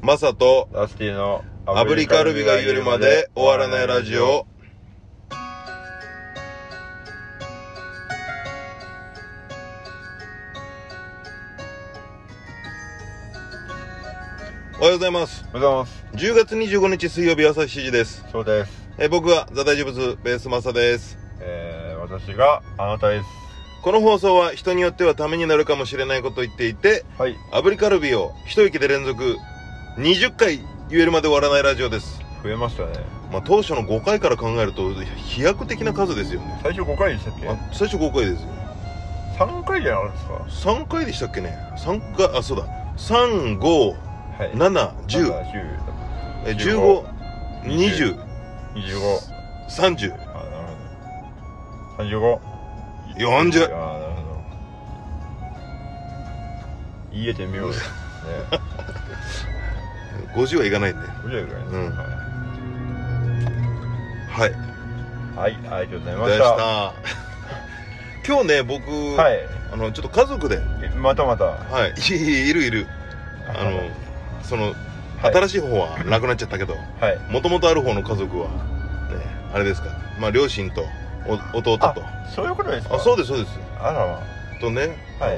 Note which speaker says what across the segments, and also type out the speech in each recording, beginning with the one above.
Speaker 1: マサと
Speaker 2: ラスティの
Speaker 1: 炙りカルビが揺れるまで終わらないラジオ。おはようございます。
Speaker 2: おはようございます
Speaker 1: 10月25日水曜日朝7時です。
Speaker 2: そうです
Speaker 1: えー僕はザ大事物ベースマサです。
Speaker 2: えー、私があなたです
Speaker 1: この放送は人によってはためになるかもしれないことを言っていて、
Speaker 2: はい
Speaker 1: 炙りカルビを一息で連続20回言えるまで終わらないラジオです。
Speaker 2: 増えましたね
Speaker 1: まあ、当初の5回から考えると飛躍的な数ですよね
Speaker 2: 最初5回でしたっけ
Speaker 1: あ最初5回ですよ
Speaker 2: 3回じゃないですか
Speaker 1: 3回でしたっけね3回あそうだ3 5
Speaker 2: は
Speaker 1: 7
Speaker 2: い
Speaker 1: 1 0 1 5 2
Speaker 2: 1010 15
Speaker 1: 0
Speaker 2: 25
Speaker 1: 3 0
Speaker 2: あなるほど35
Speaker 1: 40
Speaker 2: あなるほど言えてみよう ですね
Speaker 1: 50はいかないんで
Speaker 2: 面白いぐらいです、
Speaker 1: うんはいで
Speaker 2: はい、はい、ありがとうございま
Speaker 1: し
Speaker 2: した
Speaker 1: た今日ね僕、
Speaker 2: はい
Speaker 1: あのちょっと家族で、
Speaker 2: えまたまた
Speaker 1: はい、 いいるいるあのその、
Speaker 2: はい
Speaker 1: 新しい方はなくなっちゃったけど
Speaker 2: はい
Speaker 1: もともとある方の家族は、ね、あれですからまあ両親とお弟と
Speaker 2: そういうことですか
Speaker 1: あそう
Speaker 2: う
Speaker 1: ですそうです
Speaker 2: あらま
Speaker 1: とね、
Speaker 2: はい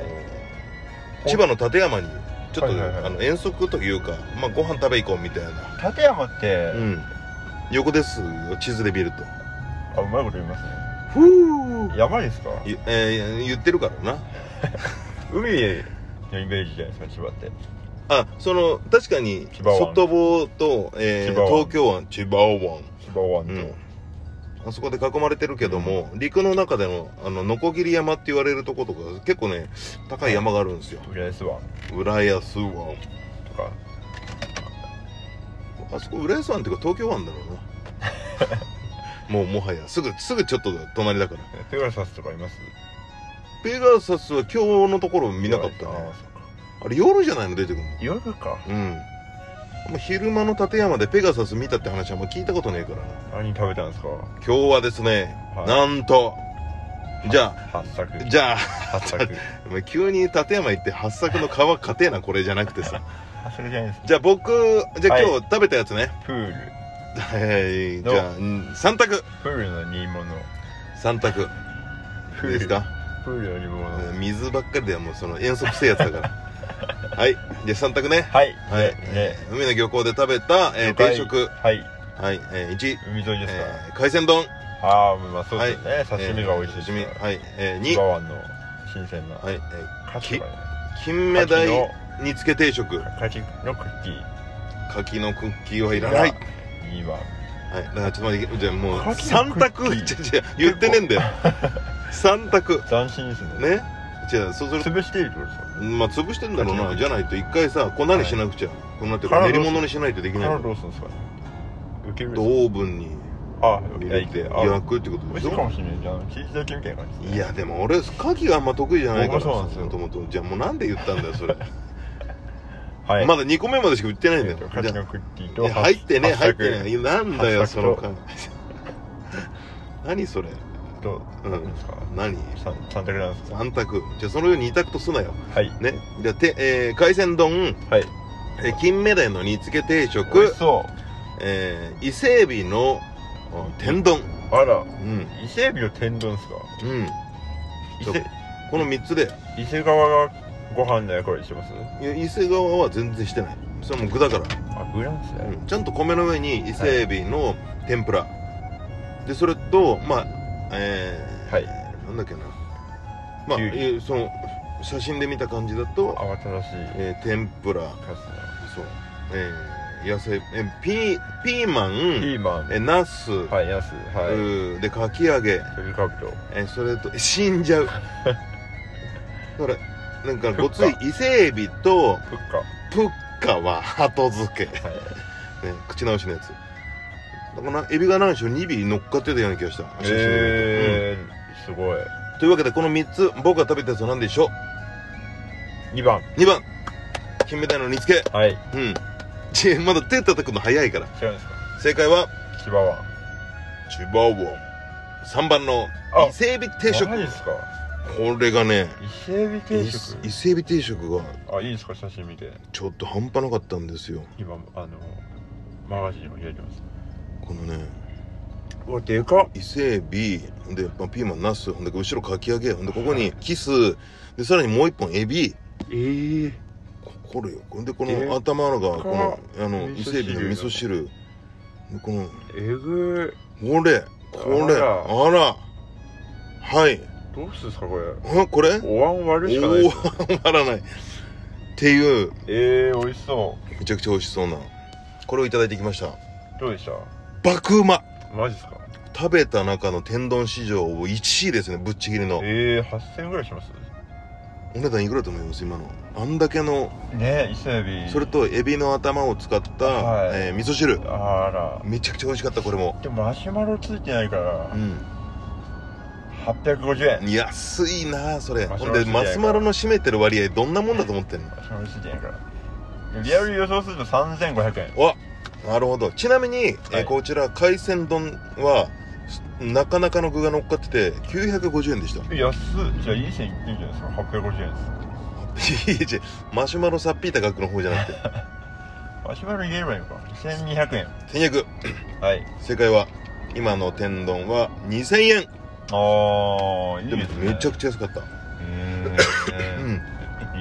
Speaker 1: あの千葉の館山にちょっと、
Speaker 2: はいはいはい
Speaker 1: あの遠足というか、まあ、ご飯食べ行こうみたいな、
Speaker 2: 立山って、
Speaker 1: うん、横ですよ地図で見ると
Speaker 2: あうまいこと言いますね
Speaker 1: ふう
Speaker 2: 山ですか
Speaker 1: ゆえー言ってるからな
Speaker 2: 海のイメージじゃないですか千葉って
Speaker 1: あその確かに
Speaker 2: 千葉湾
Speaker 1: 外房と、えー
Speaker 2: 千葉湾
Speaker 1: 東京湾千葉湾
Speaker 2: 千葉湾と、
Speaker 1: うんあそこで囲まれてるけども、陸の中でのあのノコギリ山って言われるとことか結構ね高い山があるんですよ
Speaker 2: 浦安湾
Speaker 1: 浦安湾
Speaker 2: とか
Speaker 1: あそこ浦安湾っていうか東京湾だろうな もうもはやすぐすぐちょっと隣だから
Speaker 2: ペガサスとかいます
Speaker 1: ペガサスは今日のところ見なかった
Speaker 2: あ
Speaker 1: ね
Speaker 2: ーそうか
Speaker 1: あれ夜じゃないの出てくる
Speaker 2: 夜か
Speaker 1: のうんあんま昼間の立山でペガサス見たって話はあんま聞いたことねえからな
Speaker 2: 何食べたんですか
Speaker 1: 今日はですね、
Speaker 2: はい
Speaker 1: なんとじゃ
Speaker 2: 八作
Speaker 1: あじゃあ
Speaker 2: 八作
Speaker 1: お前急に立山行って八作の皮勝てえなこれじゃなくてさ
Speaker 2: 八作じゃないです
Speaker 1: じゃあ僕じゃあ
Speaker 2: はい
Speaker 1: 今日食べたやつね
Speaker 2: プール
Speaker 1: はいじ
Speaker 2: どう
Speaker 1: ゃあ3択
Speaker 2: プールの煮物
Speaker 1: 3択いいですか
Speaker 2: プールの煮物、
Speaker 1: 水ばっかりではもうその遠足せえやつだから はいじゃあ3択ね
Speaker 2: はい
Speaker 1: はい、
Speaker 2: ね
Speaker 1: 海の漁港で食べた、えー定
Speaker 2: 魚介
Speaker 1: 食
Speaker 2: はい
Speaker 1: はい、えー、1、
Speaker 2: 海沿いですか、
Speaker 1: えー海鮮丼
Speaker 2: ああまあそうですよね、
Speaker 1: え
Speaker 2: 刺
Speaker 1: ー
Speaker 2: 身が美味しいです
Speaker 1: 刺身
Speaker 2: から
Speaker 1: はい、えー、
Speaker 2: 千葉
Speaker 1: 2、
Speaker 2: 湾の新鮮な、
Speaker 1: はい、え
Speaker 2: カキとかね
Speaker 1: ー金目鯛
Speaker 2: 牡蠣
Speaker 1: 煮つけ定食
Speaker 2: のカキのクッキー
Speaker 1: 柿のクッキーはいらない
Speaker 2: いいわ
Speaker 1: はいだからちょっと待ってじゃあもう
Speaker 2: 牡蠣の
Speaker 1: 3
Speaker 2: クッキー
Speaker 1: 択 ちょちょ言ってねえん だよ3択
Speaker 2: 斬新ですね
Speaker 1: ねじゃあそうすると
Speaker 2: 潰しているってことですか
Speaker 1: まあ潰してんだろう
Speaker 2: 牡蠣の
Speaker 1: な
Speaker 2: クッキー
Speaker 1: じゃないと一回さ粉にしなくちゃ、こんなっていうか
Speaker 2: から
Speaker 1: 練り物にしないとできない
Speaker 2: からどうするんですかね受けるん
Speaker 1: と
Speaker 2: で
Speaker 1: オ
Speaker 2: す
Speaker 1: ーブンに
Speaker 2: かあ
Speaker 1: 入れ
Speaker 2: 焼
Speaker 1: て
Speaker 2: いてあ
Speaker 1: 焼くってことで
Speaker 2: 美味
Speaker 1: し
Speaker 2: しいか
Speaker 1: ょ
Speaker 2: もしれないじゃんチーズ焼きみたいな感じですね
Speaker 1: いやでも俺牡蠣があんま得意じゃないから
Speaker 2: 僕もそうなんですよ
Speaker 1: もともとじゃあもうなんで言ったんだよそれ、
Speaker 2: はい
Speaker 1: まだ2個目までしか売ってないんだよ、
Speaker 2: カキ
Speaker 1: じゃ
Speaker 2: のクッキー
Speaker 1: あい
Speaker 2: と
Speaker 1: や入ってね入
Speaker 2: ハッサ
Speaker 1: っ
Speaker 2: ク
Speaker 1: てねなんだよ
Speaker 2: 八
Speaker 1: そ
Speaker 2: 作
Speaker 1: の
Speaker 2: と
Speaker 1: 感じ何それ
Speaker 2: と何ですか
Speaker 1: 何
Speaker 2: 三三択なんですか
Speaker 1: 3択じゃあそのように2択とすなよ
Speaker 2: はい
Speaker 1: ねじゃあて、えー海鮮丼、
Speaker 2: はい
Speaker 1: えー金目鯛の煮付け定
Speaker 2: 美味
Speaker 1: 食
Speaker 2: し、そ
Speaker 1: えー伊勢海老のあ天丼
Speaker 2: うあら
Speaker 1: うん
Speaker 2: 伊勢海老の天丼ですか
Speaker 1: うん
Speaker 2: 伊
Speaker 1: そう
Speaker 2: 勢
Speaker 1: この3つで
Speaker 2: 伊勢川がご飯の役割してます
Speaker 1: いや伊勢川は全然してないそれはもう具だから
Speaker 2: あグランスね
Speaker 1: ちゃんと米の上に伊勢エビの天ぷら、でそれとまあえー
Speaker 2: はい
Speaker 1: なんだっけなまあ
Speaker 2: きゅうり
Speaker 1: えーその写真で見た感じだと、
Speaker 2: 慌ただしい
Speaker 1: えー天ぷら
Speaker 2: カスね
Speaker 1: そうえー野菜えーピーピーマン
Speaker 2: ピーマン
Speaker 1: えーナス、
Speaker 2: はいナスは
Speaker 1: うーでかき揚げ、
Speaker 2: い鳥かぶと
Speaker 1: えーそれと 死ん じゃうだからなんかごつい伊勢エビと
Speaker 2: プッカ
Speaker 1: プッカは後付け
Speaker 2: はい
Speaker 1: ね、口直しのやつだからなエビが何しろ2尾乗っかってたような気がした
Speaker 2: えー、すごい
Speaker 1: うんというわけでこの3つ僕が食べたやつは何でしょ
Speaker 2: 2番
Speaker 1: う2番金目鯛の煮付け
Speaker 2: はい
Speaker 1: うんちえまだ手叩くの早いから
Speaker 2: 違うんですか
Speaker 1: 正解は
Speaker 2: 千葉湾
Speaker 1: 千葉湾3番の
Speaker 2: あ
Speaker 1: 伊勢エビ定食
Speaker 2: マジですか
Speaker 1: これがね
Speaker 2: 伊勢海老定
Speaker 1: 伊
Speaker 2: 食
Speaker 1: 伊勢海老定食が
Speaker 2: あいいですか写真見て
Speaker 1: ちょっと半端なかったんですよ
Speaker 2: 今あのマガジンを開いてます
Speaker 1: このね
Speaker 2: うわでかっ
Speaker 1: 伊勢海老で、まあ、ピーマンナスほんで後ろかき揚げほんでここにキスでさらにもう一本エビ
Speaker 2: ええ
Speaker 1: ここれよほんでこ
Speaker 2: で
Speaker 1: の頭のが
Speaker 2: か
Speaker 1: このあの
Speaker 2: 味噌
Speaker 1: 伊
Speaker 2: 汁
Speaker 1: 勢海老の味噌汁でこの
Speaker 2: えぐ
Speaker 1: これこれ
Speaker 2: あ
Speaker 1: あ
Speaker 2: ら
Speaker 1: らはい
Speaker 2: いどうするんですかこれ
Speaker 1: あこれ
Speaker 2: お椀
Speaker 1: お
Speaker 2: 割るしかない
Speaker 1: お
Speaker 2: ですよ
Speaker 1: ー わらないっていう
Speaker 2: ええー、美味しそ
Speaker 1: めちゃくちゃ美味しそうなこれをいただいてきました
Speaker 2: うどうでした
Speaker 1: 爆うま
Speaker 2: マジっすか
Speaker 1: 食べた中の天丼市場1位ですねぶっちぎりの
Speaker 2: ええー、8000円ぐらいします
Speaker 1: お値段いくらだと思います今のあんだけの
Speaker 2: ね伊勢海老
Speaker 1: それとエビの頭を使った、
Speaker 2: はい
Speaker 1: えー味噌汁
Speaker 2: あら
Speaker 1: めちゃくちゃ美味しかったこれも
Speaker 2: でもマシュマロついてないから
Speaker 1: うん
Speaker 2: 850円
Speaker 1: 安いなあそれ
Speaker 2: マシュ
Speaker 1: ほ
Speaker 2: マ
Speaker 1: ん
Speaker 2: ロ
Speaker 1: でマスマロの占めてる割合どんなもんだと思ってんの
Speaker 2: マシュマロついてないからリアル予想すると3500円
Speaker 1: あなるほどちなみに、えー
Speaker 2: はい
Speaker 1: こちら海鮮丼はすなかなかの具が乗っかってて950円でした い
Speaker 2: 安っじゃあいい線いってんじゃないですか850円です
Speaker 1: やいやマシュマロさっぴいた額の方じゃなく て
Speaker 2: マシュマロ入れればいいのか1200円
Speaker 1: 1200
Speaker 2: はい
Speaker 1: 正解は今の天丼は2000円
Speaker 2: ああいい
Speaker 1: で
Speaker 2: で
Speaker 1: も
Speaker 2: すね
Speaker 1: めちゃくちゃ安かった
Speaker 2: え
Speaker 1: う
Speaker 2: え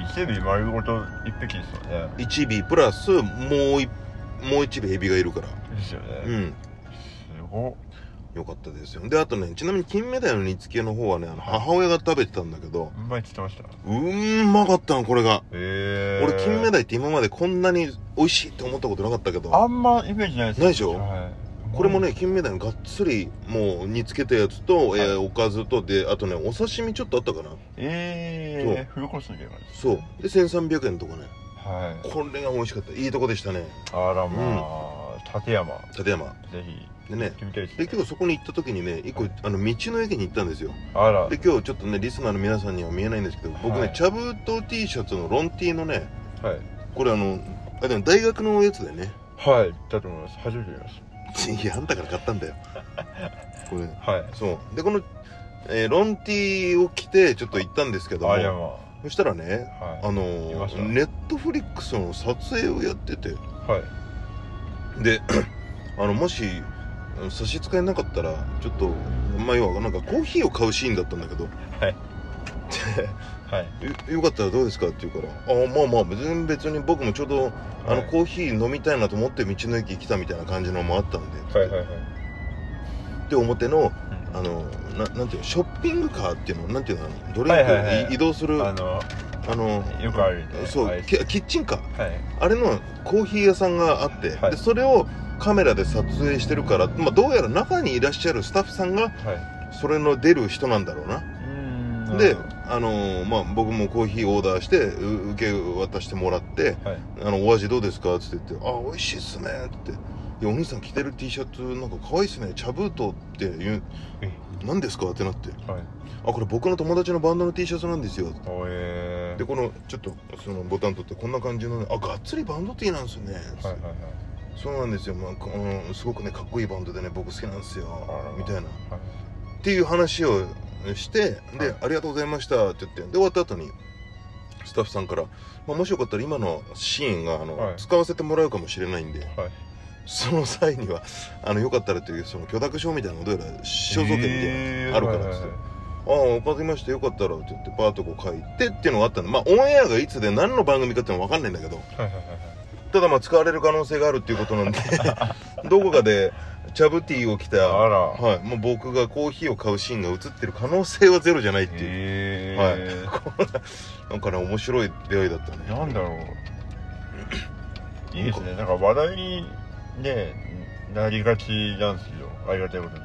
Speaker 1: ん
Speaker 2: 伊勢海老丸ごと1匹ですよね
Speaker 1: 1尾プラスもう1もう1尾エビがいるから
Speaker 2: ですよね、
Speaker 1: う
Speaker 2: す
Speaker 1: ん
Speaker 2: ごっ
Speaker 1: よかったですよであとねちなみに金目鯛の煮付けの方はねあの母親が食べてたんだけど
Speaker 2: うまいっつってました
Speaker 1: うんまかったのこれが、
Speaker 2: ええ
Speaker 1: 俺金目鯛って今までこんなに美味しいって思ったことなかったけど
Speaker 2: あんまイメージないです
Speaker 1: ないでしょ
Speaker 2: はい、
Speaker 1: これもね金目鯛のがっつりもう煮付けたやつと、えーおかずとであとねお刺身ちょっとあったかな
Speaker 2: ええー、フルコースみたいな感じです
Speaker 1: そうで1300円とかね
Speaker 2: はい
Speaker 1: これが美味しかったいいとこでしたね
Speaker 2: あらまあ、立山
Speaker 1: 立山
Speaker 2: ぜひ
Speaker 1: でね
Speaker 2: 行ってみたいです、
Speaker 1: で今日そこに行った時にね一個あの道の駅に行ったんですよ
Speaker 2: あら
Speaker 1: で今日ちょっとねリスナーの皆さんには見えないんですけど僕
Speaker 2: は
Speaker 1: ね
Speaker 2: い
Speaker 1: チャブと T シャツのロン T のね
Speaker 2: はい
Speaker 1: これあのあでも大学のやつだよね
Speaker 2: はい行ったと思います初めて見まし
Speaker 1: いやあんたから買ったんだよこれ
Speaker 2: たはい
Speaker 1: そうでこの、えーロン T を着てちょっと行ったんですけども
Speaker 2: あ山は
Speaker 1: そしたらねあの
Speaker 2: いました
Speaker 1: ネットフリックスの撮影をやってて
Speaker 2: いはい
Speaker 1: であのもしうん差し支えなかったらちょっとまあ要はなんかコーヒーを買うシーンだったんだけど
Speaker 2: はい
Speaker 1: で
Speaker 2: はい
Speaker 1: よよかったらどうですかって言うから「ああまあまあ別に別に僕もちょうどあ
Speaker 2: は
Speaker 1: の
Speaker 2: い
Speaker 1: コーヒー飲みたいなと思って道の駅来たみたいな感じのもあったんで」
Speaker 2: はいはいはい
Speaker 1: で表の
Speaker 2: うん
Speaker 1: あのななんていうのショッピングカーっていうのなんていうのあのドリン
Speaker 2: は
Speaker 1: ク
Speaker 2: いはいはい
Speaker 1: い移動する
Speaker 2: あ
Speaker 1: あ
Speaker 2: の
Speaker 1: の
Speaker 2: よくあるね
Speaker 1: そ
Speaker 2: は
Speaker 1: う
Speaker 2: い
Speaker 1: キキッチンカー
Speaker 2: はい
Speaker 1: あれのコーヒー屋さんがあって
Speaker 2: はい
Speaker 1: でそれをカメラで撮影してるから、まあ、どうやら中にいらっしゃるスタッフさんが
Speaker 2: はい
Speaker 1: それの出る人なんだろうな
Speaker 2: うーん
Speaker 1: で、あのーまあ、僕もコーヒーオーダーしてう受け渡してもらって
Speaker 2: はい
Speaker 1: 「あのお味どうですか?」っつって言って「あ美味しいっすね」って言って「いやお兄さん着てる T シャツなんか可愛いっすね茶封筒って言う
Speaker 2: え
Speaker 1: 何ですか?」ってなって
Speaker 2: はい
Speaker 1: 「あこれ僕の友達のバンドの T シャツなんですよ」
Speaker 2: おえー
Speaker 1: でこのちょっとそのボタン取ってこんな感じのね「あがっつりバンド T なんですね」
Speaker 2: はいはいはい
Speaker 1: そうなんですよ、まあこのすごくねかっこいいバンドでね僕好きなんです
Speaker 2: あら
Speaker 1: よみたいなっ
Speaker 2: はい
Speaker 1: ていう話をして「で、
Speaker 2: はい
Speaker 1: ありがとうございました」って言ってで終わった後にスタッフさんから、まあ、もしよかったら今のシーンがあの、
Speaker 2: はい
Speaker 1: 使わせてもらうかもしれないんで
Speaker 2: はい
Speaker 1: その際にはあのよかったらというその許諾証みたいなのどうやら肖像権みたいな、
Speaker 2: えー
Speaker 1: あるからっつってああ分かりましたよかったらって言ってバーッとこう書いてっていうのがあったんでまあオンエアがいつで何の番組かっていうのは分かんないんだけど
Speaker 2: はいはいはいはい
Speaker 1: ただまあ使われる可能性があるっていうこと なんでどこかでチャブティーを着た、
Speaker 2: あら
Speaker 1: はい、もう僕がコーヒーを買うシーンが映ってる可能性はゼロじゃないっていう、
Speaker 2: えー
Speaker 1: はいこんななんかね面白い出会いだったね
Speaker 2: なんだろういいですねなんか話題にねなりがちなんですけどありがたいことに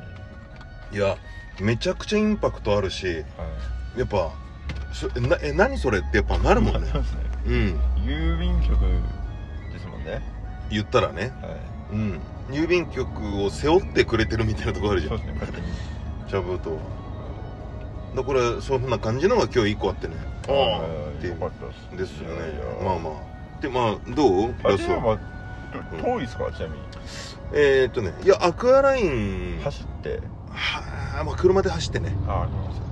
Speaker 2: はい
Speaker 1: やめちゃくちゃインパクトあるしやっぱそえなえ何それってやっぱなるも んね
Speaker 2: そうですね
Speaker 1: うん
Speaker 2: 郵便局ですもんね
Speaker 1: 言ったらね
Speaker 2: は
Speaker 1: うん郵便局を背負ってくれてるみたいなとこある
Speaker 2: い
Speaker 1: じゃ
Speaker 2: そ
Speaker 1: ん
Speaker 2: うですね勝手に
Speaker 1: チャブとはだからそういうふうな感じのが今日一個あってねああってい
Speaker 2: よ
Speaker 1: う
Speaker 2: かったです
Speaker 1: ですよね
Speaker 2: いやいや
Speaker 1: まあまあでまあどうラ
Speaker 2: あ
Speaker 1: ス
Speaker 2: で
Speaker 1: ト
Speaker 2: もと遠いですかちなみに
Speaker 1: えー、っとねいやアクアラインは
Speaker 2: 走って
Speaker 1: あまあ車で走ってね
Speaker 2: ああごめんなさい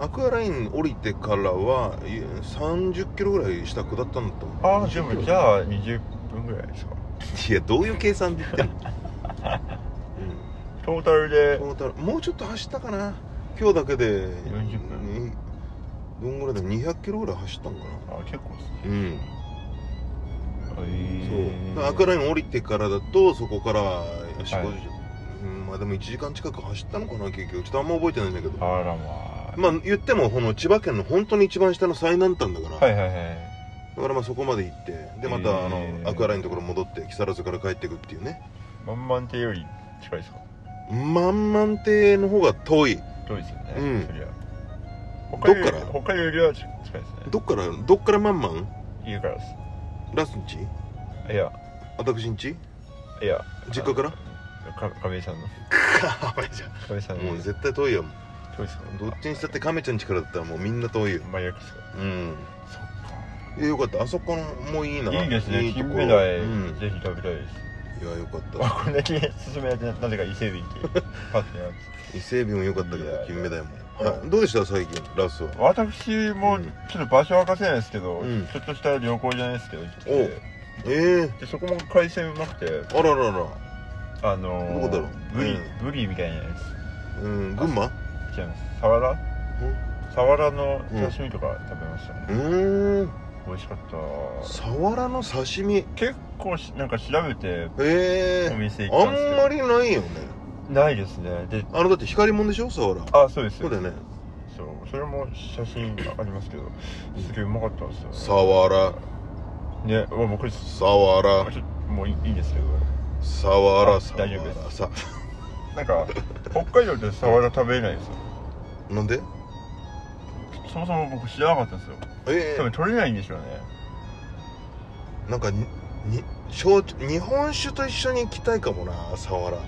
Speaker 1: あアクアライン降りてからはい30キロぐらい下下ったんだと思う
Speaker 2: ああでもじゃあ20分ぐらいですか
Speaker 1: いやどういう計算で言ってんの、
Speaker 2: トータルで
Speaker 1: うんトータルもうちょっと走ったかな今日だけで
Speaker 2: 40分
Speaker 1: にどんぐらいだ200キロぐらい走ったんかな
Speaker 2: あ結構ですね
Speaker 1: うんそうだから
Speaker 2: え
Speaker 1: アクアライン降りてからだとそこから4 5 0、うんまあでも1時間近く走ったのかな結局ちょっとあんま覚えてないんだけど
Speaker 2: あらまあ
Speaker 1: まあ言ってもこの千葉県の本当に一番下の最南端だから、
Speaker 2: はいはいはい
Speaker 1: だからまあそこまで行ってでま
Speaker 2: へ
Speaker 1: たあの
Speaker 2: ー
Speaker 1: アクアラインのところ戻って木更津から帰ってくっていうね
Speaker 2: 満々亭より近いですか
Speaker 1: 満々亭の方が遠い
Speaker 2: 遠いですよね、
Speaker 1: うん
Speaker 2: そりゃ
Speaker 1: っから
Speaker 2: 北海道北海道よりは近いですね
Speaker 1: どっからどっから満々
Speaker 2: 家からで
Speaker 1: ラスんち
Speaker 2: すいや
Speaker 1: 私んち
Speaker 2: いや
Speaker 1: 実家から
Speaker 2: か亀井さんの
Speaker 1: かめちゃ
Speaker 2: 亀井さん
Speaker 1: んも
Speaker 2: の
Speaker 1: う絶対遠いよ
Speaker 2: 遠いですか
Speaker 1: どっちにしたって亀ちゃんちからだったらもうみんな遠いよ
Speaker 2: 真逆ですか
Speaker 1: うん
Speaker 2: そ
Speaker 1: いやよかったあそこもいいな
Speaker 2: っかいいですね
Speaker 1: とこ
Speaker 2: 金目鯛、
Speaker 1: うん
Speaker 2: ぜひ食べたいです
Speaker 1: いやよかった
Speaker 2: あこんだ け勧められてなぜか伊勢海老っていうパッてや
Speaker 1: 伊勢海老もよかったけ
Speaker 2: いやい
Speaker 1: ど
Speaker 2: や
Speaker 1: 金目鯛も
Speaker 2: うん
Speaker 1: はいどうでした最近ラスは
Speaker 2: つ私もちょっと場所は明かせないですけど、
Speaker 1: うん
Speaker 2: ちょっとした旅行じゃないですけど行って
Speaker 1: お
Speaker 2: て
Speaker 1: ええ
Speaker 2: でそこも海鮮うまくて
Speaker 1: あららら
Speaker 2: あの
Speaker 1: ど
Speaker 2: ー、
Speaker 1: こだろう
Speaker 2: ブリ、
Speaker 1: う
Speaker 2: ブリみたいなや
Speaker 1: うん群馬
Speaker 2: つ違いますサワラサワラの刺身とか食べましたね、
Speaker 1: うーん
Speaker 2: 美味しかった
Speaker 1: サワラの刺身
Speaker 2: 結構しなんか調べて
Speaker 1: え
Speaker 2: お
Speaker 1: え
Speaker 2: 店行っ
Speaker 1: あ
Speaker 2: たんですけ
Speaker 1: ん
Speaker 2: ど
Speaker 1: まりないよね
Speaker 2: ないですねで
Speaker 1: あのだって光もんでしょサワラ
Speaker 2: あそうです
Speaker 1: そうだよね
Speaker 2: そうそれも写真ありますけどすげえうまかったんですよ
Speaker 1: サワラ
Speaker 2: ねうわもうこれち
Speaker 1: サワ
Speaker 2: ょ
Speaker 1: ラ
Speaker 2: っともういいいんですけど
Speaker 1: サワ
Speaker 2: あ
Speaker 1: ラサワ
Speaker 2: 大丈夫で
Speaker 1: ラさ
Speaker 2: なんか北海道でサワラ食べれないんですよ
Speaker 1: なんで
Speaker 2: そもそも僕知らなかったんですよ
Speaker 1: ええ
Speaker 2: 多分取れないんでしょうね
Speaker 1: なんかにに焼酎日本酒と一緒に行きたいかもなサワラ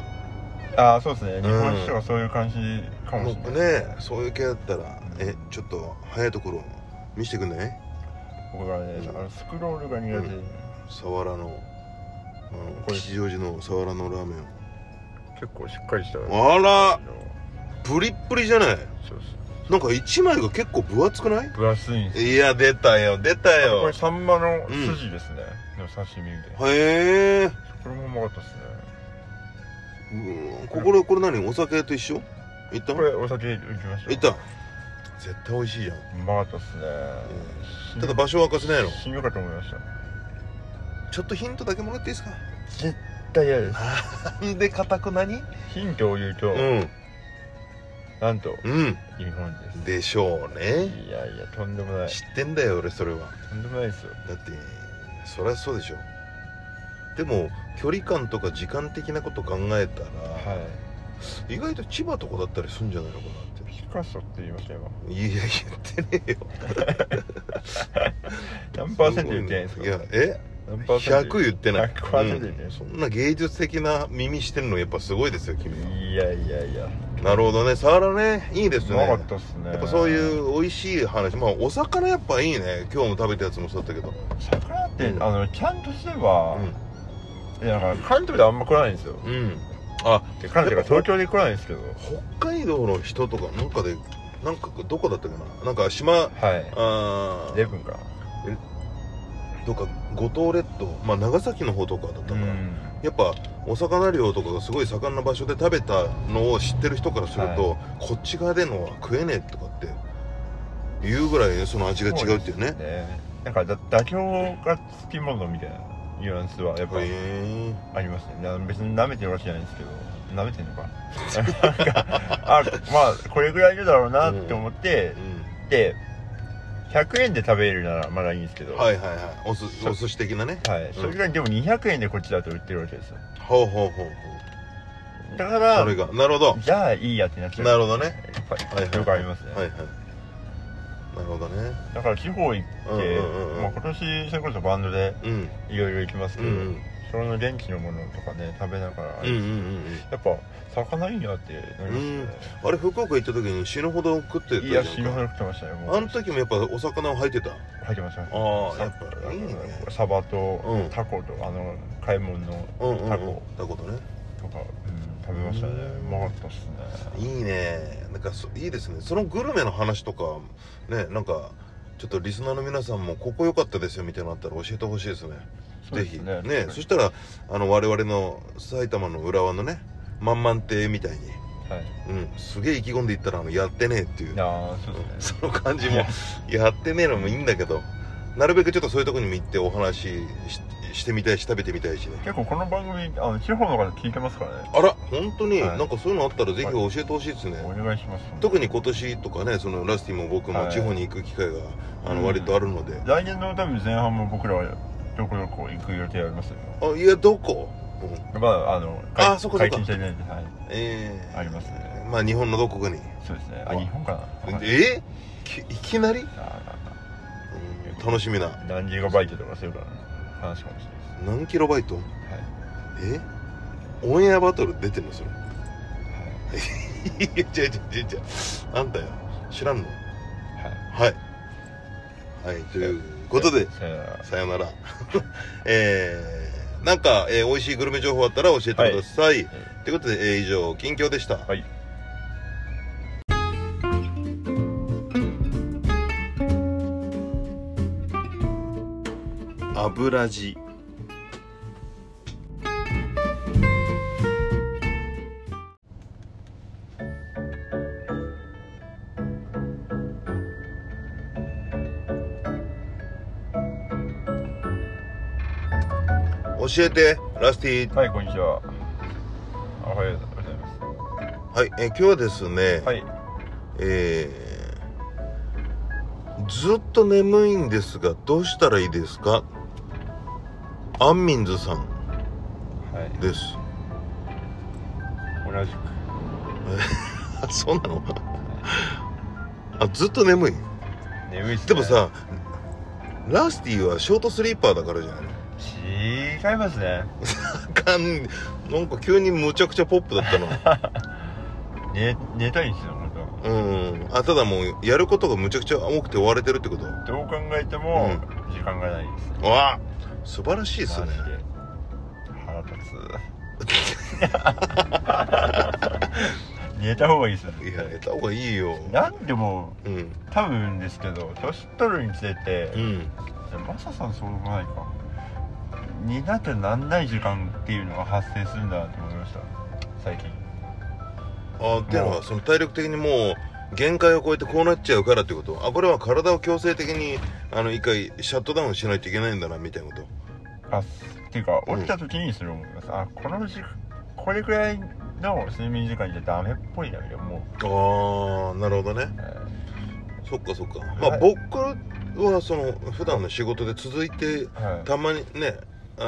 Speaker 2: ああそうですね
Speaker 1: ん
Speaker 2: 日本酒とかそういう感じかもしれない、
Speaker 1: ねそういう系だったらえちょっと早いところ見せてくんない
Speaker 2: 僕がねあのスクロールが苦手で、
Speaker 1: うサワラのあの
Speaker 2: これ
Speaker 1: 吉祥寺のサワラのラーメン
Speaker 2: 結構しっかりした
Speaker 1: あら
Speaker 2: あの
Speaker 1: プリップリじゃない
Speaker 2: そうです
Speaker 1: なんか1枚が結構分厚くない
Speaker 2: 分厚いんですよ
Speaker 1: いや出たよ出た
Speaker 2: こ
Speaker 1: よ
Speaker 2: れサンマの筋ですね、の刺身みたいな
Speaker 1: へえ
Speaker 2: これもうまかったですね
Speaker 1: うんここれこれ何お酒と一緒いった
Speaker 2: これお酒行きましょう
Speaker 1: いった絶対美味しいじゃん
Speaker 2: うまかったっすね、
Speaker 1: ただ場所は明かせないの
Speaker 2: 死ぬかと思いました
Speaker 1: ちょっとヒントだけもらっていいですか
Speaker 2: 絶対嫌です
Speaker 1: なんで固く何
Speaker 2: ヒントを言うと、
Speaker 1: うん
Speaker 2: なんと
Speaker 1: うん
Speaker 2: 日本です
Speaker 1: でしょうね
Speaker 2: いやいやとんでもない
Speaker 1: 知ってんだよ俺それは
Speaker 2: とんでもないですよ
Speaker 1: だってそりゃそうでしょでも距離感とか時間的なこと考えたら、
Speaker 2: は
Speaker 1: 意外と千葉とかだったりするんじゃないのかなっ
Speaker 2: いピカソって言いましたよ
Speaker 1: て
Speaker 2: 今
Speaker 1: いやいや言ってねえよ
Speaker 2: 何パーセント言ってないんですか
Speaker 1: いやえ
Speaker 2: 何パーセント
Speaker 1: 100言ってない
Speaker 2: 100%
Speaker 1: うん
Speaker 2: 言ってない
Speaker 1: そんな芸術的な耳してるのやっぱすごいですよ君はい
Speaker 2: やいやいや
Speaker 1: なるほどねサワラねいいです
Speaker 2: う
Speaker 1: ね
Speaker 2: まかったっすね
Speaker 1: やっぱそう
Speaker 2: う
Speaker 1: いう美味しい話まあお魚やっぱいいね今日も食べたやつもそうだったけど
Speaker 2: 魚って、
Speaker 1: うん
Speaker 2: あのちゃんとすれば、
Speaker 1: う
Speaker 2: いやなんか関東であんま来ないんですよ
Speaker 1: ん、うん、あ
Speaker 2: で関東が東京で来ないんですけど
Speaker 1: 北海道の人とかなんかでなんかどこだったかななんか島
Speaker 2: はい
Speaker 1: あ
Speaker 2: レ
Speaker 1: ー
Speaker 2: ブンか
Speaker 1: とか五島列島まあ長崎の方とかだったか
Speaker 2: う
Speaker 1: ら、
Speaker 2: ん
Speaker 1: やっぱお魚漁とかがすごい盛んな場所で食べたのを知ってる人からすると、こっち側でのは食えねえとかって言うぐらいその味が違うっていうね
Speaker 2: ねなんかだ妥協がつきものみたいなニュアンスはやっぱ
Speaker 1: へ
Speaker 2: り
Speaker 1: え
Speaker 2: ありますねな別に舐めてるわけじゃないんですけど舐めてんのか なんかあまあこれぐらいいるだろうなって思って、で100円で食べれるならまだいいんですけど
Speaker 1: うん、はいはいはいお寿お寿司的なね
Speaker 2: はいそれぐらいでも200円でこっちだと売ってるわけですよ
Speaker 1: ほうほうほうほう
Speaker 2: だか
Speaker 1: そ
Speaker 2: ら
Speaker 1: れがなるほど
Speaker 2: じゃあいいやってなっちゃう
Speaker 1: なるほどね
Speaker 2: やっぱり
Speaker 1: はいはい
Speaker 2: よくありますね、
Speaker 1: はいはいなるほどね
Speaker 2: だから地方行って、
Speaker 1: うんうんうん
Speaker 2: まあ、今年それこそバンドで
Speaker 1: うん
Speaker 2: いろいろ行きます
Speaker 1: う
Speaker 2: け
Speaker 1: ん
Speaker 2: ど、
Speaker 1: うん
Speaker 2: その現地のものとかね食べながら、
Speaker 1: うんうんうん
Speaker 2: やっぱ魚いいなってなりますね、
Speaker 1: あれ福岡行った時に死ぬほど食ってた
Speaker 2: い
Speaker 1: じゃ
Speaker 2: や
Speaker 1: ん
Speaker 2: 死ぬほど食ってましたよもう
Speaker 1: あの時もやっぱお魚を履いてたあ
Speaker 2: 入ってました
Speaker 1: あ
Speaker 2: さ
Speaker 1: やっぱいいね
Speaker 2: サバと、
Speaker 1: うん
Speaker 2: タコとあの買い物の
Speaker 1: うんうんうん
Speaker 2: タコ
Speaker 1: タコとね
Speaker 2: とか、うん、食べましたね
Speaker 1: う
Speaker 2: うんまかったっすね
Speaker 1: いいねなんかそいいですねそのグルメの話とかねなんかちょっとリスナーの皆さんもここ良かったですよみたいなのあったら教えてほしいですね
Speaker 2: そう
Speaker 1: ぜ
Speaker 2: です
Speaker 1: ひ
Speaker 2: ね
Speaker 1: ねそしたらあの我々の埼玉の浦和のね満々亭みたいに、
Speaker 2: はい
Speaker 1: うん、すげえ意気込んでいったらあのやってねえっていう
Speaker 2: ああそう
Speaker 1: うん
Speaker 2: です
Speaker 1: そ
Speaker 2: ね
Speaker 1: の感じもやってねえのもいいんだけどなるべくちょっとそういうとこにも行ってお話しししてみたいし食べてみたいしね
Speaker 2: 結構この番組あの地方の方聞いてますからね
Speaker 1: あら本当に、
Speaker 2: はい
Speaker 1: なんかそういうのあったらぜひ教えてほしいですね、
Speaker 2: お願いします
Speaker 1: 特に今年とかねそのラスティも僕も
Speaker 2: はい
Speaker 1: 地方に行く機会が、あ
Speaker 2: うん
Speaker 1: の割とあるので、
Speaker 2: 来年の多分前半も僕らはどこどこ行く予定ありますよ
Speaker 1: あいやどこ、うん、
Speaker 2: まああの
Speaker 1: あ
Speaker 2: 解
Speaker 1: ーそっかそっか
Speaker 2: 解禁しちゃいけないんではい
Speaker 1: ええ
Speaker 2: ありますね
Speaker 1: まあ日本のどこかに、
Speaker 2: そうですね
Speaker 1: あ
Speaker 2: あ日本かなはい
Speaker 1: えきいきなり、
Speaker 2: あ
Speaker 1: うん楽しみな
Speaker 2: ー何ギガバイトとかそういうからね話かもしれない
Speaker 1: 何キロバイト
Speaker 2: ですはい
Speaker 1: えオンエアバトル出てんのそれ
Speaker 2: は い
Speaker 1: いや違う違う違う違うあんたよ知らんの
Speaker 2: はい
Speaker 1: はいはいということで
Speaker 2: さよなら
Speaker 1: さよなら えー、なんか、えー、美味しいグルメ情報あったら教えてください、ということで、えー以上近況でした、
Speaker 2: はい
Speaker 1: 油地教えてラスティ
Speaker 2: はいこんにちはおはようございます
Speaker 1: はい、えー今日はですね、
Speaker 2: はい
Speaker 1: えーずっと眠いんですがどうしたらいいですかアンミンズさん
Speaker 2: はい
Speaker 1: です
Speaker 2: 同じく
Speaker 1: あそうなの あずっと眠い
Speaker 2: 眠いっすね
Speaker 1: でもさ、ラスティはショートスリーパーだからじゃないの
Speaker 2: 違いますね
Speaker 1: あかん なんか急にむちゃくちゃポップだ ったな
Speaker 2: 寝寝たいんですよ本当は
Speaker 1: うんあただもうやることがむちゃくちゃ多くて追われてるってこと
Speaker 2: どう考えても
Speaker 1: うん
Speaker 2: 時間がないですね
Speaker 1: わあ素晴らしいですね
Speaker 2: マジで腹立つ寝た方がいいですね
Speaker 1: いややった方がいいよ
Speaker 2: なんでも
Speaker 1: うん
Speaker 2: 多分ですけど年取るにつれて
Speaker 1: う、ん
Speaker 2: マサさんそうでもないかになってなんない時間っていうのが発生するんだなと思いました最近
Speaker 1: あっていうの
Speaker 2: も
Speaker 1: は
Speaker 2: う
Speaker 1: その体力的にもう限界を超えてこうなっちゃうからってことあこれは体を強制的にあの一回シャットダウンしないといけないんだなみたいなこと
Speaker 2: あっていうか
Speaker 1: うん
Speaker 2: 起きた時にそれを思います、あこの時間これくらいの睡眠時間じゃダメっぽいなみたいなも
Speaker 1: ああなるほどね
Speaker 2: う、は
Speaker 1: そっかそっかまあ
Speaker 2: はい
Speaker 1: 僕はその普段の仕事で続いて
Speaker 2: いはい
Speaker 1: たまにねう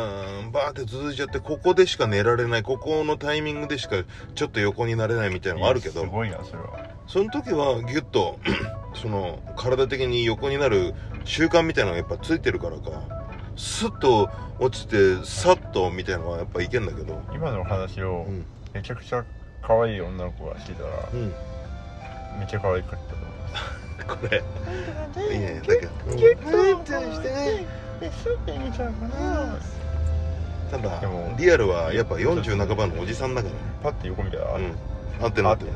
Speaker 1: んバーって続いちゃってここでしか寝られないここのタイミングでしかちょっと横になれないみたいなのもあるけ
Speaker 2: い
Speaker 1: ど
Speaker 2: やすごいなそれは
Speaker 1: その時はギュッと その体的に横になる習慣みたいなのがやっぱついてるからかスッと落ちてサッとみたいなのはやっぱいけんだけど
Speaker 2: 今のお話を
Speaker 1: うん
Speaker 2: めちゃくちゃ可愛い女の子がしてたら
Speaker 1: うん
Speaker 2: めっちゃ可愛かったと思いま
Speaker 1: こ
Speaker 2: す
Speaker 1: れ いやいやだけどただ
Speaker 2: でも
Speaker 1: リアルはやっぱ40半ばのおじさんだか
Speaker 2: パッて横見たら、
Speaker 1: ら
Speaker 2: あ
Speaker 1: ねうん合ってる合ってる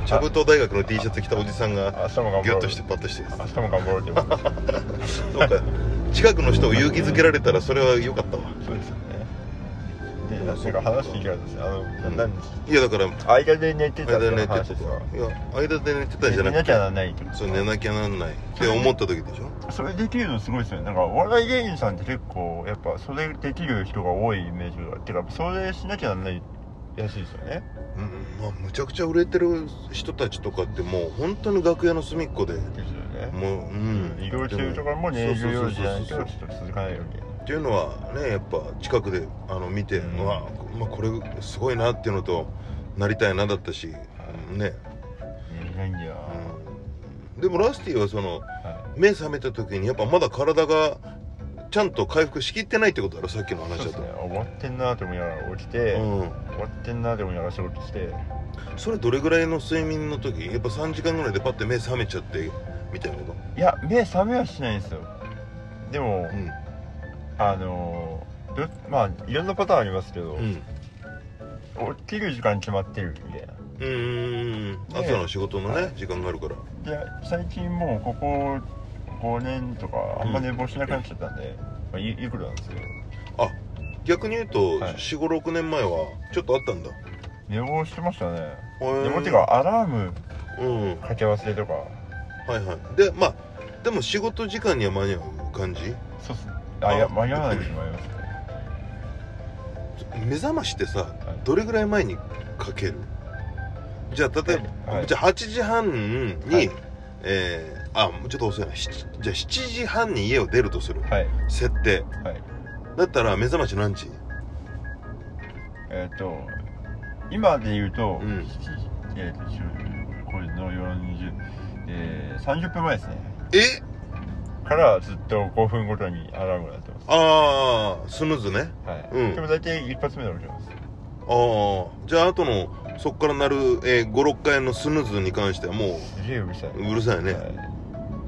Speaker 1: うん茶舞大学の T シャツ着たおじさんが
Speaker 2: 明日も頑張ろう
Speaker 1: ギュッとしてパッとして
Speaker 2: 明日も頑張ろうって思いました
Speaker 1: そうか近くの人を勇気づけられたらそれは良かったわ
Speaker 2: そうですよねでなんか話聞いてるんですよあの、
Speaker 1: ん
Speaker 2: 何
Speaker 1: いやだから
Speaker 2: 間で寝て
Speaker 1: 間
Speaker 2: たっ
Speaker 1: で
Speaker 2: ていう
Speaker 1: 寝て
Speaker 2: 話
Speaker 1: と
Speaker 2: です
Speaker 1: か
Speaker 2: か
Speaker 1: いや間で寝てたんじゃ
Speaker 2: 寝
Speaker 1: なく
Speaker 2: なき
Speaker 1: て
Speaker 2: ゃならないってこと
Speaker 1: そう寝なきゃなんないって思った時でしょ
Speaker 2: それできるのすごいですよねなんかお笑い芸人さんって結構やっぱそれできる人が多いイメージがあってかそれしなきゃならないらしいですよね
Speaker 1: うんまあむちゃくちゃ売れてる人たちとかってもう本当に楽屋の隅っこで
Speaker 2: ですよね
Speaker 1: もううん
Speaker 2: 移動中とかもね営
Speaker 1: そうそ
Speaker 2: 業用
Speaker 1: う
Speaker 2: 事
Speaker 1: そ
Speaker 2: じ
Speaker 1: う
Speaker 2: ゃな
Speaker 1: そう
Speaker 2: いとちょっと続かないように
Speaker 1: っていうのはねやっぱ近くであの見て、
Speaker 2: うん
Speaker 1: うわまあ、これすごいなっていうのとなりたいなだったし、ね、
Speaker 2: 寝れないんだよ、
Speaker 1: うん、でもラスティはその
Speaker 2: は
Speaker 1: 目覚めた時にやっぱまだ体がちゃんと回復しきってないってことだろさっきの
Speaker 2: い、
Speaker 1: 話
Speaker 2: そう
Speaker 1: だ
Speaker 2: です
Speaker 1: と
Speaker 2: ね終わってんなと思いながら起き
Speaker 1: う
Speaker 2: て、終わってんなと思いながら仕事して
Speaker 1: ん、それどれぐらいの睡眠の時やっぱ3時間ぐらいでパッて目覚めちゃってみたいなこと
Speaker 2: いや目覚めはしないんですよでも、
Speaker 1: うん
Speaker 2: あのーどまあいろんなパターンありますけど、
Speaker 1: うん
Speaker 2: 起きる時間決まってるんで
Speaker 1: うんうんうん朝の仕事のね時間があるから
Speaker 2: で最近もうここ5年とかあんま寝坊しなくなっちゃったんで、まあ、ゆゆっくりなんですよ
Speaker 1: あ逆に言うと
Speaker 2: はい
Speaker 1: 46年前はちょっとあったんだ
Speaker 2: 寝坊してましたね
Speaker 1: へ
Speaker 2: 寝坊っていう
Speaker 1: ー
Speaker 2: かアラーム
Speaker 1: うんは
Speaker 2: かけ忘れとか
Speaker 1: いはいでまあでも仕事時間には間に合う感じ
Speaker 2: そうっすあいや
Speaker 1: あ
Speaker 2: 間に合わない時もありますね
Speaker 1: 目覚ましってさ
Speaker 2: はい
Speaker 1: どれぐらい前にかけるじゃあ例えば、
Speaker 2: はい
Speaker 1: じゃあ8時半に、
Speaker 2: はい
Speaker 1: えー、あちょっと遅いなしちじゃあ7時半に家を出るとする
Speaker 2: はい
Speaker 1: 設定
Speaker 2: はい
Speaker 1: だったら目覚まし何時
Speaker 2: えっ、と今で言うと、
Speaker 1: うん
Speaker 2: 7えっ、と10これの40えー、30分前ですね
Speaker 1: え
Speaker 2: からずっと5分ごとにアラームが鳴ってます
Speaker 1: ああスヌーズね
Speaker 2: はい、
Speaker 1: うん
Speaker 2: でも大体一発目で起きます
Speaker 1: ああじゃあ後のそっからなる、えー、56回のスヌーズに関してはも
Speaker 2: すげえうるさいう
Speaker 1: うるさいね、
Speaker 2: はい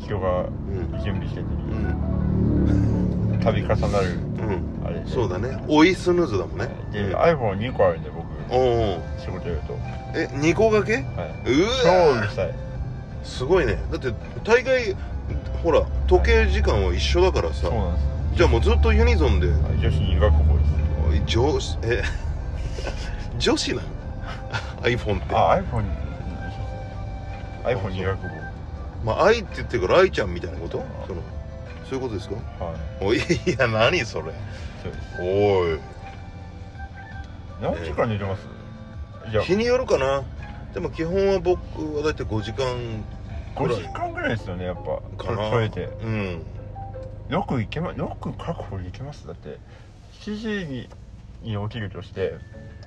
Speaker 2: 人が
Speaker 1: うん
Speaker 2: 準備してて
Speaker 1: うん
Speaker 2: 度重なる
Speaker 1: うん
Speaker 2: あれで
Speaker 1: そうだね追いスヌーズだもんね
Speaker 2: はい
Speaker 1: うん
Speaker 2: で iPhone2 個あるんで僕
Speaker 1: おお
Speaker 2: 仕事やるとは
Speaker 1: え二2個掛け
Speaker 2: いう超う
Speaker 1: わ
Speaker 2: るさい
Speaker 1: すごいねだって大概ほら時計時間は一緒だからさ
Speaker 2: そうなんですよ
Speaker 1: じゃあもうずっとユニゾンで
Speaker 2: はい女子入学校です
Speaker 1: おい女子え女子なの iPhone って
Speaker 2: あ iPhone
Speaker 1: そう
Speaker 2: iPhone 入学校
Speaker 1: まあ愛って言ってるから愛ちゃんみたいなこと
Speaker 2: あ
Speaker 1: そのそういうことですか
Speaker 2: はい
Speaker 1: おいいや何それ
Speaker 2: そうです
Speaker 1: おい
Speaker 2: 何時間寝てますじゃあ
Speaker 1: 日によるかなでも基本は僕はだいたい5時間ぐら
Speaker 2: 5
Speaker 1: い
Speaker 2: 時間ぐらいですよねやっぱ
Speaker 1: かな
Speaker 2: 超えて
Speaker 1: うん
Speaker 2: よく行けまよく確保できますだって7時にに起きるとして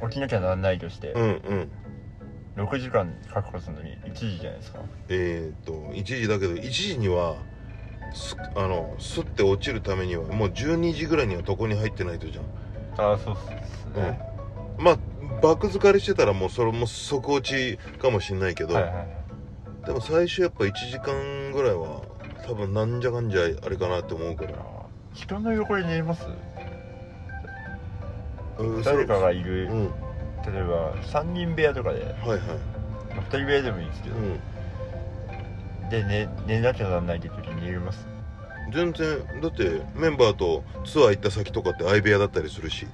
Speaker 2: 起きなきゃならないとして、
Speaker 1: うんうん
Speaker 2: 6時間確保するのに1時じゃないですか
Speaker 1: えー、っと1時だけど1時にはすあのすって落ちるためにはもう12時ぐらいには床に入ってないとじゃん
Speaker 2: ああそうっすね、
Speaker 1: まあ爆疲れしてたらもうそれも即落ちかもしんないけど、
Speaker 2: はいはいはい
Speaker 1: でも最初やっぱ1時間ぐらいは多分なんじゃかんじゃあれかなって思うから
Speaker 2: 人の横で寝れます
Speaker 1: うんそれ
Speaker 2: 誰かがいうる、
Speaker 1: んは
Speaker 2: 例えば3人部屋とかで
Speaker 1: いはい
Speaker 2: 2人部屋でもいいんですけど、
Speaker 1: うん
Speaker 2: で寝寝なきゃならないって時に寝れます
Speaker 1: 全然だってメンバーとツアー行った先とかって相部屋だったりするし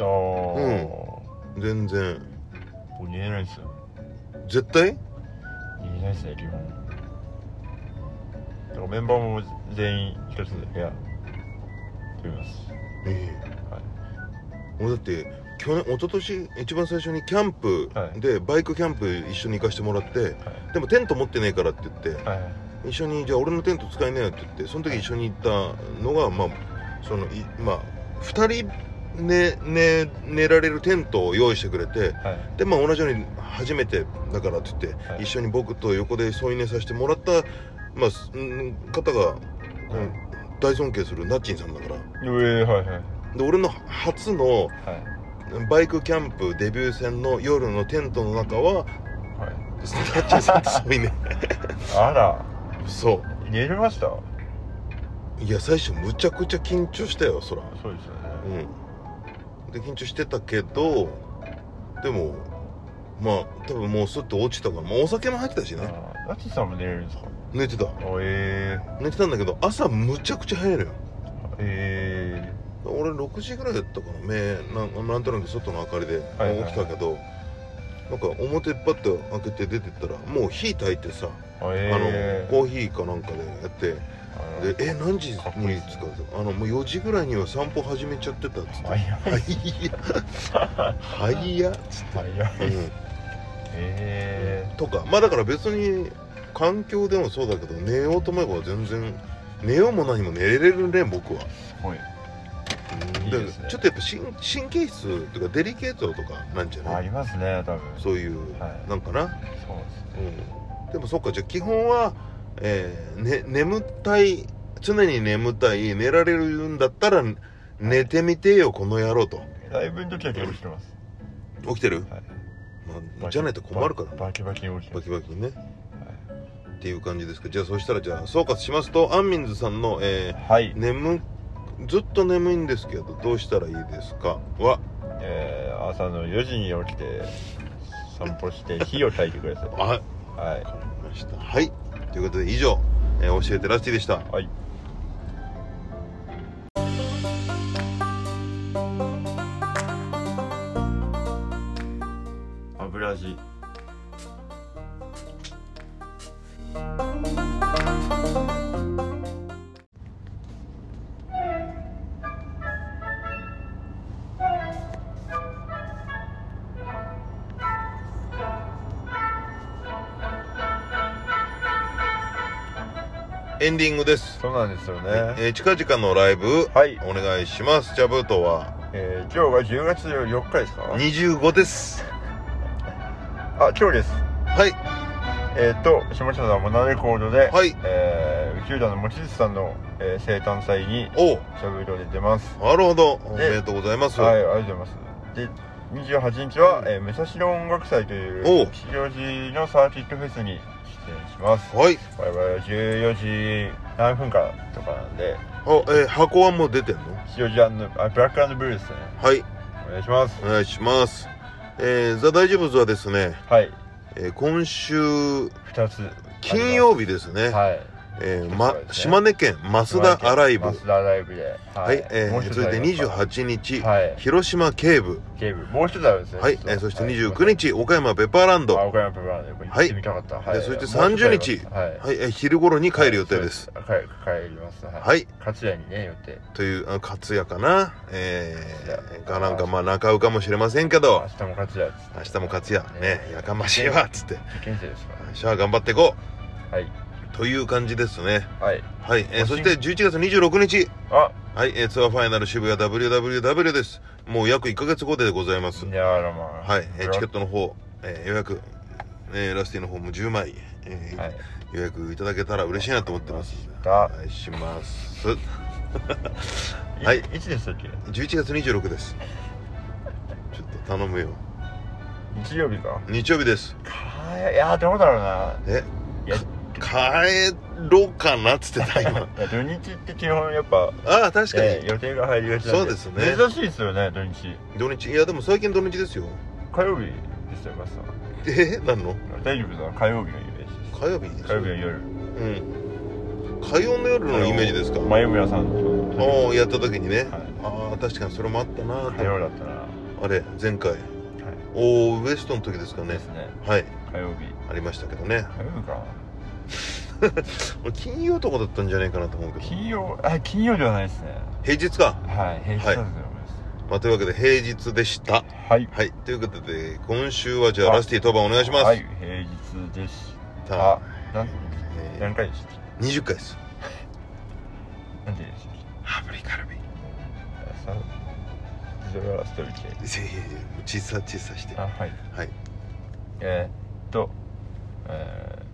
Speaker 2: ああ、
Speaker 1: うん
Speaker 2: も
Speaker 1: 全然
Speaker 2: う寝れないですよ
Speaker 1: 絶対
Speaker 2: 寝れないですね基本だからメンバーも全員一つ部屋取ります
Speaker 1: え
Speaker 2: はい
Speaker 1: え俺だって去年一昨年一番最初にキャンプ
Speaker 2: はい
Speaker 1: で、バイクキャンプ一緒に行かしてもらって
Speaker 2: はい
Speaker 1: でもテント持ってねえからって言って
Speaker 2: はい
Speaker 1: 一緒にじゃあ俺のテント使えねえよって言ってその時一緒に行ったのがまあそのいまあ2人寝寝寝られるテントを用意してくれて
Speaker 2: はい
Speaker 1: でまあ同じように初めてだからって言って、
Speaker 2: はい
Speaker 1: 一緒に僕と横で添い寝させてもらった、まあ、すん方が、うん大尊敬するナッチンさんだから
Speaker 2: ええはいはい
Speaker 1: で俺の初の
Speaker 2: はい
Speaker 1: バイクキャンプデビュー戦の夜のテントの中は
Speaker 2: はい
Speaker 1: ナッチンさんと添い寝
Speaker 2: あら
Speaker 1: そ
Speaker 2: 寝れました
Speaker 1: ういや最初むちゃくちゃ緊張したよそら
Speaker 2: そうですよ
Speaker 1: うんで
Speaker 2: ね
Speaker 1: 緊張してたけどでもまあ多分もうすっと落ちたから、まあ、お酒も入ってたしね
Speaker 2: あーナチさんも寝れるんですか
Speaker 1: 寝てた
Speaker 2: あえ
Speaker 1: 寝てたんだけど朝むちゃくちゃ早いのよ
Speaker 2: ー、え
Speaker 1: 俺6時ぐらいだったかな目なんなんとなく外の明かりで
Speaker 2: はいはいはい
Speaker 1: 起きたけど、なんか表パッと開けて出てったらもう火焚いてさ、
Speaker 2: ー、あえ
Speaker 1: あの
Speaker 2: ー、
Speaker 1: コーヒーかなんかでやって
Speaker 2: あ
Speaker 1: 「でえ何時に?」
Speaker 2: かっこいいっす
Speaker 1: つ
Speaker 2: ね
Speaker 1: かあのもう4時ぐらいには散歩始めちゃってた」っつって「
Speaker 2: 早い
Speaker 1: はいや」はいや」っつって、
Speaker 2: 早い
Speaker 1: うん
Speaker 2: え
Speaker 1: とかまあだから別に環境でもそうだけど寝ようと思えば全然寝ようも何も寝れるね僕は。
Speaker 2: ー、すごい
Speaker 1: うん
Speaker 2: いい
Speaker 1: だ
Speaker 2: で
Speaker 1: か
Speaker 2: す
Speaker 1: ら
Speaker 2: ね
Speaker 1: ちょっとやっぱ神神経質とかデリケートとかなんじゃな
Speaker 2: あ
Speaker 1: い
Speaker 2: りますね多分
Speaker 1: そういう、
Speaker 2: はい
Speaker 1: なんかな、
Speaker 2: そうですね
Speaker 1: うん、でもそっかじゃあ基本は、えーね、眠たい常に眠たい寝られるんだったら寝てみてよこの野郎と
Speaker 2: ライブの時は結構してます、
Speaker 1: 起きてる、
Speaker 2: はい
Speaker 1: まあ、じゃないと困るから
Speaker 2: バ
Speaker 1: ね
Speaker 2: バキバキに落ちて
Speaker 1: バ
Speaker 2: ま
Speaker 1: キ
Speaker 2: す
Speaker 1: バキにねっていう感じですかじゃあそしたらじゃあ総括しますとアンミンズさんの、え
Speaker 2: はい、はい
Speaker 1: ー、眠ずっと眠いんですけどどうしたらいいですかは
Speaker 2: えー、あ朝の4時に起きて散歩して火を焚いてください
Speaker 1: はい
Speaker 2: はい
Speaker 1: わかりましたはいということで以上、えー教えてラッシーでした
Speaker 2: はい油味
Speaker 1: エンディングです、
Speaker 2: そうなんですよね、
Speaker 1: えー近々のライブ、
Speaker 2: はい
Speaker 1: お願いしますジャブートは
Speaker 2: えー今日が10月4日ですか
Speaker 1: 25です
Speaker 2: あ今日です
Speaker 1: はい
Speaker 2: えっ、と下北沢モナレコードで、
Speaker 1: はい
Speaker 2: えー宇宙団の望月さんの、えー生誕祭に
Speaker 1: おう
Speaker 2: しゃべりで出ます
Speaker 1: なるほどおめでとうございます
Speaker 2: はい
Speaker 1: は
Speaker 2: あ
Speaker 1: い、
Speaker 2: りがとうございますで28日は、えー武蔵野音楽祭とい
Speaker 1: おう
Speaker 2: う吉祥寺のサーキットフェスに出演します我々は14時何分かとかなんで
Speaker 1: あえー箱はもう出てんの
Speaker 2: 吉祥寺アンドあブラックブルーですね
Speaker 1: はい
Speaker 2: お願いします
Speaker 1: お願いしますえー、ザ・大丈夫ズはですね、
Speaker 2: はい
Speaker 1: えー今週
Speaker 2: 2つ
Speaker 1: 金曜日ですね、
Speaker 2: はい
Speaker 1: えー
Speaker 2: そ
Speaker 1: ま
Speaker 2: うですね
Speaker 1: 島根県増田アライブ
Speaker 2: マスダライブでは
Speaker 1: はい、えー
Speaker 2: もう一つ
Speaker 1: 続いて
Speaker 2: ありますか
Speaker 1: 28日、
Speaker 2: はい
Speaker 1: 広島警部
Speaker 2: ゲームもう一つあるんですね
Speaker 1: はい、えーそして29日、岡山ペッパーランド
Speaker 2: あ
Speaker 1: は
Speaker 2: 岡山プロランド行ってみたかったはい、
Speaker 1: でそして30日
Speaker 2: もう一つありますはい
Speaker 1: い、えー昼頃に帰る予定です、
Speaker 2: はいそう帰帰りますはい、
Speaker 1: はい
Speaker 2: 勝谷にね予定
Speaker 1: というあ勝也かなえ
Speaker 2: 勝
Speaker 1: ー、
Speaker 2: 也
Speaker 1: がなんかまあ中うかもしれませんけど
Speaker 2: 明日も勝谷です
Speaker 1: 明日も勝也ねやかましいわっつって
Speaker 2: 受験生ですか
Speaker 1: じゃあ頑張っていこ
Speaker 2: らはいう
Speaker 1: という感じですね
Speaker 2: はい
Speaker 1: はい、えー
Speaker 2: 欲
Speaker 1: そ
Speaker 2: し
Speaker 1: し
Speaker 2: い
Speaker 1: て11月26日
Speaker 2: あ
Speaker 1: はい、えーツアーファイナル渋谷 WWW ですもう約1ヶ月後でございます
Speaker 2: いやあらまあ
Speaker 1: はい、えーチケッ
Speaker 2: ト
Speaker 1: トの方、えー予約、えーラスティの方も10枚、えー
Speaker 2: はい
Speaker 1: 予約いただけたら嬉しいなと思ってます
Speaker 2: わ
Speaker 1: お
Speaker 2: かりました
Speaker 1: 願いしますは
Speaker 2: はいいいつでしたっけ
Speaker 1: 11月26ですちょっと頼むよ
Speaker 2: 日曜日か
Speaker 1: 日曜日です
Speaker 2: かいやどうだろうな
Speaker 1: え
Speaker 2: いや
Speaker 1: 帰ろうかなっつってた今
Speaker 2: いや土日って基本やっぱ
Speaker 1: ああ確かに、
Speaker 2: えー予定が入りがちなんで
Speaker 1: そうですね
Speaker 2: 珍しいですよね土日
Speaker 1: 土日いやでも最近土日ですよ
Speaker 2: 火曜日ですよマスさん
Speaker 1: えー、何の
Speaker 2: 大丈夫ですか火曜日のイメージです
Speaker 1: 火曜日
Speaker 2: 火曜日の夜
Speaker 1: うん火曜の夜のイメージですか
Speaker 2: 眉村さんと
Speaker 1: おおやった時にね、
Speaker 2: はい
Speaker 1: ああ確かにそれもあったな
Speaker 2: 火
Speaker 1: ー
Speaker 2: 曜だったなは
Speaker 1: とあれ前回
Speaker 2: い
Speaker 1: おおウエストの時ですかね
Speaker 2: ですね
Speaker 1: はい
Speaker 2: 火曜日
Speaker 1: ありましたけどね
Speaker 2: 火曜日か
Speaker 1: 俺金曜とかだったんじゃないかなと思うけど
Speaker 2: 金曜あ金曜ではないですね
Speaker 1: 平日か、
Speaker 2: はい平日だと思います
Speaker 1: まあ、というわけで平日でした
Speaker 2: はい
Speaker 1: はいということで今週はじゃあ
Speaker 2: あ
Speaker 1: ラスティ当番お願いします、
Speaker 2: はい平日でし
Speaker 1: さ
Speaker 2: た
Speaker 1: あ
Speaker 2: なん
Speaker 1: えー
Speaker 2: 何回でしたっ
Speaker 1: 20回です
Speaker 2: けなんて言うんでしたっ
Speaker 1: ハブリカルビい
Speaker 2: けさそれはストーリー系
Speaker 1: やいやいやもう小さ小さして
Speaker 2: あはい
Speaker 1: はい
Speaker 2: えー、っとえー、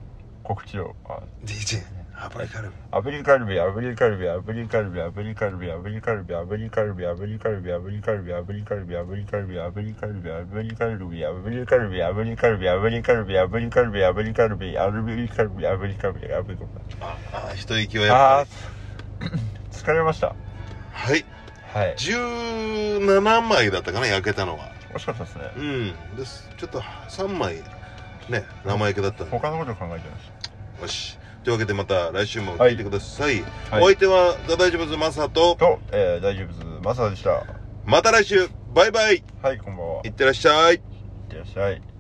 Speaker 2: 告知をあ
Speaker 1: DJ ハブリカルビ
Speaker 2: 炙りカルビ、炙りカルビ、炙りカルビ、炙りカルビ、炙りカルビ、炙りカルビ、炙りカルビ、炙りカルビ、炙りカルビ、炙りカルビ、炙りカルビ、炙りカルビ、炙りカルビ、炙りカルビ、炙りカルビ、炙りカルビ、炙りカルビ、炙りカルビ、炙りカルビ、炙りカルビ。
Speaker 1: ああー一息はや
Speaker 2: あ
Speaker 1: っぱ
Speaker 2: ー、疲れました。
Speaker 1: りはい
Speaker 2: はい。
Speaker 1: 17枚だったかな焼けたのは
Speaker 2: 惜しかったですね。
Speaker 1: うんですちょっと3枚ね生焼けだったんで
Speaker 2: 他のこと考えてまし
Speaker 1: よしというわけでまた来週も聞いてください、
Speaker 2: はい
Speaker 1: お相手は「ザ・大丈夫ズマサと
Speaker 2: た。と、えー、大丈夫です。マサでした。
Speaker 1: また来週バイバイ
Speaker 2: はい、こんばんは。い
Speaker 1: いってらっしゃい
Speaker 2: ってらっしゃい。